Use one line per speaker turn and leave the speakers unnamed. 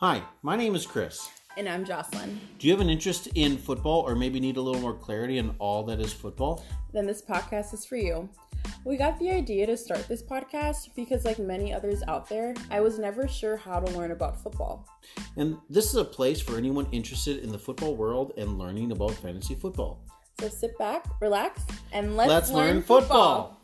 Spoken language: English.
Hi, my name is Chris.
And I'm Jocelyn.
Do you have an interest in football or maybe need a little more clarity on all that is football?
Then this podcast is for you. We got the idea to start this podcast because, like many others out there, I was never sure how to learn about football.
And this is a place for anyone interested in the football world and learning about fantasy football.
So sit back, relax, and let's,
Let's learn football.